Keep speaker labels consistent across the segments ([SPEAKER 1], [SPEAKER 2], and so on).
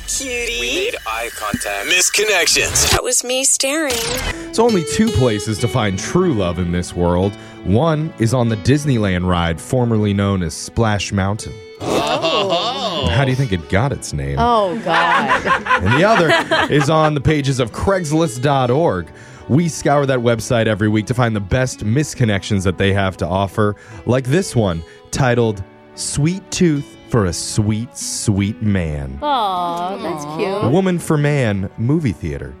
[SPEAKER 1] cutie.
[SPEAKER 2] eye contact. Misconnections.
[SPEAKER 1] That was me staring.
[SPEAKER 3] It's only two places to find true love in this world. One is on the Disneyland ride, formerly known as Splash Mountain.
[SPEAKER 4] Oh.
[SPEAKER 3] How do you think it got its name?
[SPEAKER 5] Oh, God.
[SPEAKER 3] and the other is on the pages of Craigslist.org. We scour that website every week to find the best misconnections that they have to offer, like this one titled Sweet Tooth for a Sweet, Sweet Man.
[SPEAKER 5] Aw, that's
[SPEAKER 3] A
[SPEAKER 5] cute.
[SPEAKER 3] Woman for Man movie theater.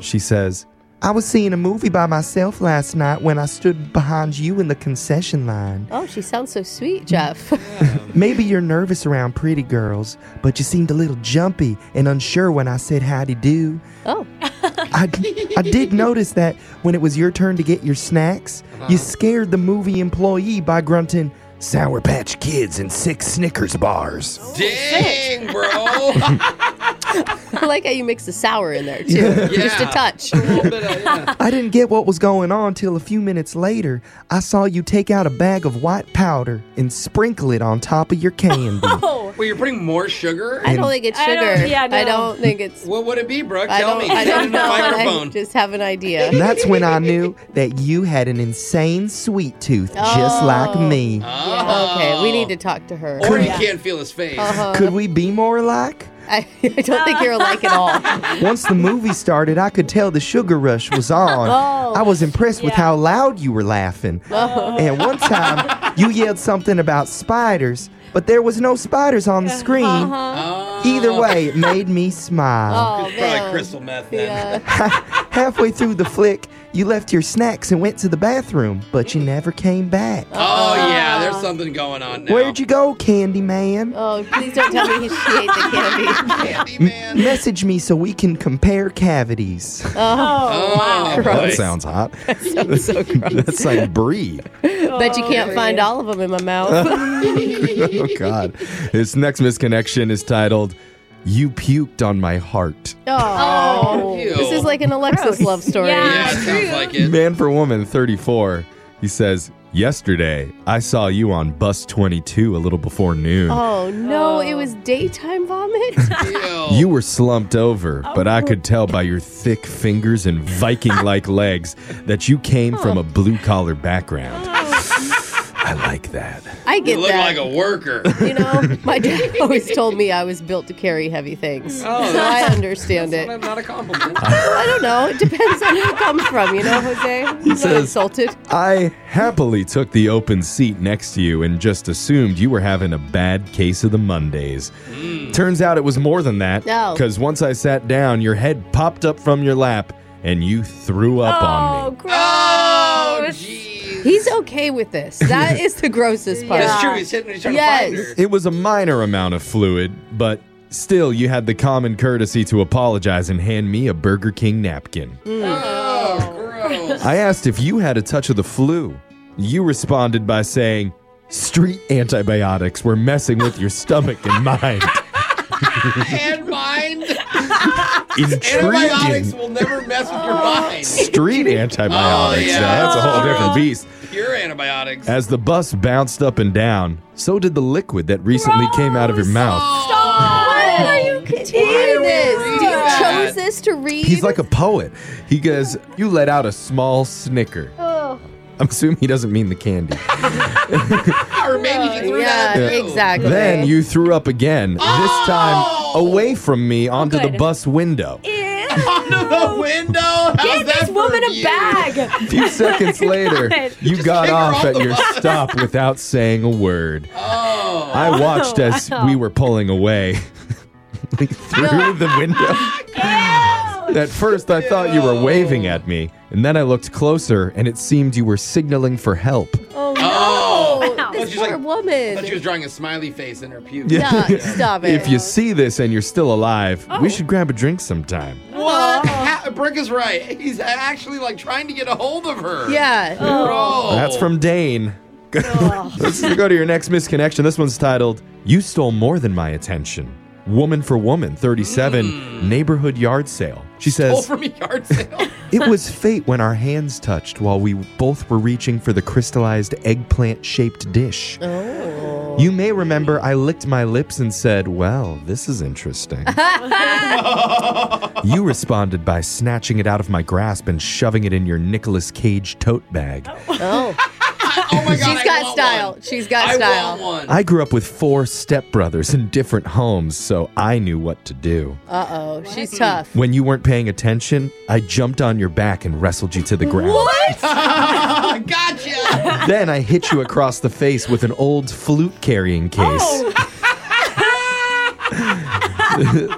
[SPEAKER 3] She says, I was seeing a movie by myself last night when I stood behind you in the concession line.
[SPEAKER 5] Oh, she sounds so sweet, Jeff.
[SPEAKER 3] Maybe you're nervous around pretty girls, but you seemed a little jumpy and unsure when I said howdy do.
[SPEAKER 5] oh,
[SPEAKER 3] I, I did notice that when it was your turn to get your snacks, you scared the movie employee by grunting, Sour Patch Kids and six Snickers bars.
[SPEAKER 4] Dang, bro.
[SPEAKER 5] I like how you mix the sour in there, too. Just a touch.
[SPEAKER 3] I didn't get what was going on till a few minutes later. I saw you take out a bag of white powder and sprinkle it on top of your candy.
[SPEAKER 4] Wait, you're putting more sugar?
[SPEAKER 5] I don't think it's
[SPEAKER 1] I
[SPEAKER 5] sugar.
[SPEAKER 1] don't- yeah,
[SPEAKER 5] I
[SPEAKER 1] no.
[SPEAKER 5] don't think it's.
[SPEAKER 4] What would it be, Brooke?
[SPEAKER 5] I
[SPEAKER 4] Tell
[SPEAKER 5] don't,
[SPEAKER 4] me.
[SPEAKER 5] I
[SPEAKER 4] Get
[SPEAKER 5] don't
[SPEAKER 4] in the
[SPEAKER 5] know. I
[SPEAKER 4] microphone.
[SPEAKER 5] just have an idea.
[SPEAKER 3] And that's when I knew that you had an insane sweet tooth just like me.
[SPEAKER 4] Oh.
[SPEAKER 5] Okay, we need to talk to her.
[SPEAKER 4] Or he can't feel his face.
[SPEAKER 5] Uh-huh.
[SPEAKER 3] Could we be more alike?
[SPEAKER 5] I, I don't think you're alike at all.
[SPEAKER 3] Once the movie started, I could tell the sugar rush was on. I was impressed with how loud you were laughing. And one time, you yelled something about spiders, but there was no spiders on the screen.
[SPEAKER 4] Oh.
[SPEAKER 3] Either way, it made me smile.
[SPEAKER 5] Oh,
[SPEAKER 4] It's probably
[SPEAKER 5] man.
[SPEAKER 4] crystal meth then.
[SPEAKER 5] Yeah.
[SPEAKER 3] Halfway through the flick, you left your snacks and went to the bathroom, but you never came back.
[SPEAKER 4] Oh, yeah, there's
[SPEAKER 5] Uh-huh.
[SPEAKER 4] something going on now.
[SPEAKER 3] Where'd you go, Candyman?
[SPEAKER 5] Oh, please don't tell me he, she ate the candy.
[SPEAKER 4] Candy man.
[SPEAKER 3] Message me so we can compare cavities.
[SPEAKER 4] Oh, wow.
[SPEAKER 3] hot. That's like brie.
[SPEAKER 5] Bet you can't find all of them in my mouth.
[SPEAKER 3] oh God. This next misconnection is titled You puked on my heart.
[SPEAKER 5] Oh,
[SPEAKER 4] Ew.
[SPEAKER 5] this is like an Alexis love story.
[SPEAKER 4] Yeah, it sounds like it.
[SPEAKER 3] Man for woman 34. He says, Yesterday, I saw you on bus 22 a little before noon.
[SPEAKER 5] Oh no, it was daytime vomit.
[SPEAKER 4] Ew.
[SPEAKER 3] You were slumped over, but I could tell by your thick fingers and Viking like legs that you came from a blue collar background. I like that.
[SPEAKER 5] I
[SPEAKER 4] You
[SPEAKER 5] get
[SPEAKER 4] look
[SPEAKER 5] that.
[SPEAKER 4] like a worker.
[SPEAKER 5] you know, my dad always told me I was built to carry heavy things,
[SPEAKER 4] Oh,
[SPEAKER 5] so I
[SPEAKER 4] that's-
[SPEAKER 5] understand it.
[SPEAKER 4] Not, not a compliment.
[SPEAKER 5] I don't know. It depends on who it comes from, you know, Jose. I'm not
[SPEAKER 3] says-
[SPEAKER 5] insulted.
[SPEAKER 3] I happily took the open seat next to you and just assumed you were having a bad case of the Mondays. Turns out it was more than that.
[SPEAKER 5] No.
[SPEAKER 3] Because once I sat down, your head popped up from your lap and you threw up on me.
[SPEAKER 4] oh, jeez.
[SPEAKER 5] He's okay with this. That is the grossest part.
[SPEAKER 4] That's true. He's hitting. He's trying
[SPEAKER 5] Yes.
[SPEAKER 4] to find her.
[SPEAKER 3] It was a minor amount of fluid, but still, you had the common courtesy to apologize and hand me a Burger King napkin.
[SPEAKER 5] Mm.
[SPEAKER 4] Oh, gross.
[SPEAKER 3] I asked if you had a touch of the flu. You responded by saying, Street antibiotics were messing with your stomach and mind.
[SPEAKER 4] and mind. Antibiotics
[SPEAKER 3] Intriguing.
[SPEAKER 4] will never mess with your mind.
[SPEAKER 3] Street antibiotics.
[SPEAKER 4] Oh, yeah.
[SPEAKER 3] Now, that's a whole
[SPEAKER 4] Sure.
[SPEAKER 3] different beast.
[SPEAKER 4] Pure antibiotics.
[SPEAKER 3] As the bus bounced up and down, so did the liquid that recently came out of your mouth.
[SPEAKER 5] Why are you continuing this?
[SPEAKER 4] read
[SPEAKER 5] Do you
[SPEAKER 4] that?
[SPEAKER 5] chose this to read?
[SPEAKER 3] He's like a poet. He goes, You let out a small snicker.
[SPEAKER 4] Oh.
[SPEAKER 3] I'm assuming he doesn't mean the candy.
[SPEAKER 4] or maybe he threw
[SPEAKER 5] yeah,
[SPEAKER 4] that at you.
[SPEAKER 5] exactly.
[SPEAKER 3] Then you threw up again,
[SPEAKER 4] Oh!
[SPEAKER 3] this time away from me onto the
[SPEAKER 1] good.
[SPEAKER 3] bus window.
[SPEAKER 4] Onto the window. How's
[SPEAKER 1] Get
[SPEAKER 4] that
[SPEAKER 1] this
[SPEAKER 4] for
[SPEAKER 1] woman a
[SPEAKER 4] you?
[SPEAKER 3] A
[SPEAKER 1] bag.
[SPEAKER 3] few seconds later,
[SPEAKER 1] God.
[SPEAKER 3] you got
[SPEAKER 4] kick her
[SPEAKER 3] off
[SPEAKER 4] off
[SPEAKER 3] at
[SPEAKER 4] the
[SPEAKER 3] your
[SPEAKER 4] bus.
[SPEAKER 3] stop without saying a word.
[SPEAKER 4] Oh.
[SPEAKER 3] I watched as
[SPEAKER 1] wow.
[SPEAKER 3] we were pulling away like,
[SPEAKER 4] Oh.
[SPEAKER 3] through the window. At first, I thought you were waving at me, and then I looked closer, and it seemed you were signaling for help.
[SPEAKER 4] Oh.
[SPEAKER 5] Oh,
[SPEAKER 4] Well,
[SPEAKER 5] this
[SPEAKER 4] she's
[SPEAKER 5] poor
[SPEAKER 4] like- I
[SPEAKER 5] woman.
[SPEAKER 4] thought she was drawing a smiley face in her pubes.
[SPEAKER 3] Yeah.
[SPEAKER 5] Stop, stop it.
[SPEAKER 3] If you see this and you're still alive, we should grab a drink sometime.
[SPEAKER 4] What? Ha- Brooke is right. He's actually like trying to get a hold of her.
[SPEAKER 5] yeah.
[SPEAKER 4] Bro.
[SPEAKER 3] That's from Dane. Let's go to your next misconnection. This one's titled You Stole More Than My Attention. Woman for Woman, 37, Neighborhood Yard Sale. She
[SPEAKER 4] Pull
[SPEAKER 3] says,
[SPEAKER 4] Oh, from a yard sale.
[SPEAKER 3] It was fate when our hands touched while we both were reaching for the crystallized eggplant shaped dish.
[SPEAKER 5] Oh.
[SPEAKER 3] You may remember I licked my lips and said, Well, this is interesting. you responded by snatching it out of my grasp and shoving it in your Nicolas Cage tote bag.
[SPEAKER 5] Oh,
[SPEAKER 4] Oh my god,
[SPEAKER 5] she's
[SPEAKER 4] I
[SPEAKER 5] got
[SPEAKER 4] want
[SPEAKER 5] style.
[SPEAKER 4] One.
[SPEAKER 5] She's got
[SPEAKER 4] I
[SPEAKER 5] style.
[SPEAKER 4] want one.
[SPEAKER 3] I grew up with four stepbrothers in different homes, so I knew what to do.
[SPEAKER 5] Uh oh, she's tough.
[SPEAKER 3] When you weren't paying attention, I jumped on your back and wrestled you to the ground.
[SPEAKER 4] gotcha.
[SPEAKER 3] Then I hit you across the face with an old flute carrying case.
[SPEAKER 5] Oh.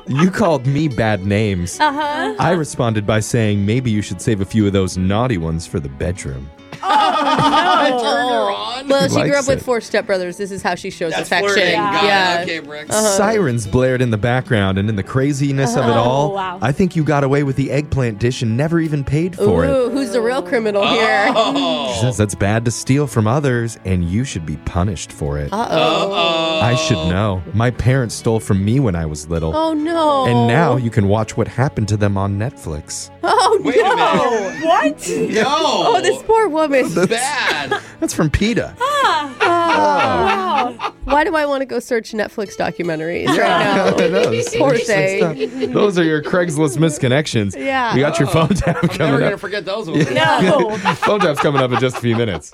[SPEAKER 3] you called me bad names.
[SPEAKER 5] Uh-huh.
[SPEAKER 3] I responded by saying maybe you should save a few of those naughty ones for the bedroom.
[SPEAKER 4] I
[SPEAKER 5] Uh-huh.
[SPEAKER 4] turned her on.
[SPEAKER 5] Well, she
[SPEAKER 3] likes
[SPEAKER 5] grew up with
[SPEAKER 3] it.
[SPEAKER 5] four stepbrothers. Oh. This is how she shows
[SPEAKER 4] That's
[SPEAKER 5] affection.
[SPEAKER 4] flirting. Got
[SPEAKER 5] yeah. Uh-huh.
[SPEAKER 4] it. Okay, Bricks.
[SPEAKER 3] Sirens blared in the background, and in the craziness of it
[SPEAKER 5] Oh,
[SPEAKER 3] all,
[SPEAKER 6] wow.
[SPEAKER 3] I think you got away with the eggplant dish and never even paid for it.
[SPEAKER 5] Ooh, who's the real criminal here? Uh
[SPEAKER 3] She
[SPEAKER 4] Oh.
[SPEAKER 3] says that's bad to steal from others, and you should be punished for it.
[SPEAKER 5] oh.
[SPEAKER 3] I should know. My parents stole from me when I was little.
[SPEAKER 5] Oh no.
[SPEAKER 3] And now you can watch what happened to them on Netflix.
[SPEAKER 5] Oh
[SPEAKER 4] Wait
[SPEAKER 5] no.
[SPEAKER 4] a minute.
[SPEAKER 6] What?
[SPEAKER 4] Yo.
[SPEAKER 5] Oh, this poor woman.
[SPEAKER 4] bad.
[SPEAKER 3] That's from PETA.
[SPEAKER 6] Wow.
[SPEAKER 5] Why do I want to go search Netflix documentaries
[SPEAKER 3] I
[SPEAKER 5] right now?
[SPEAKER 3] know, it's
[SPEAKER 5] Poor
[SPEAKER 3] interesting
[SPEAKER 5] thing.
[SPEAKER 3] stuff. Those are your Craigslist misconnections.
[SPEAKER 5] Yeah.
[SPEAKER 3] We got your phone tap
[SPEAKER 4] I'm never
[SPEAKER 3] coming
[SPEAKER 4] gonna
[SPEAKER 3] up.
[SPEAKER 4] forget those ones.
[SPEAKER 6] No.
[SPEAKER 3] phone tap's coming up in just a few minutes.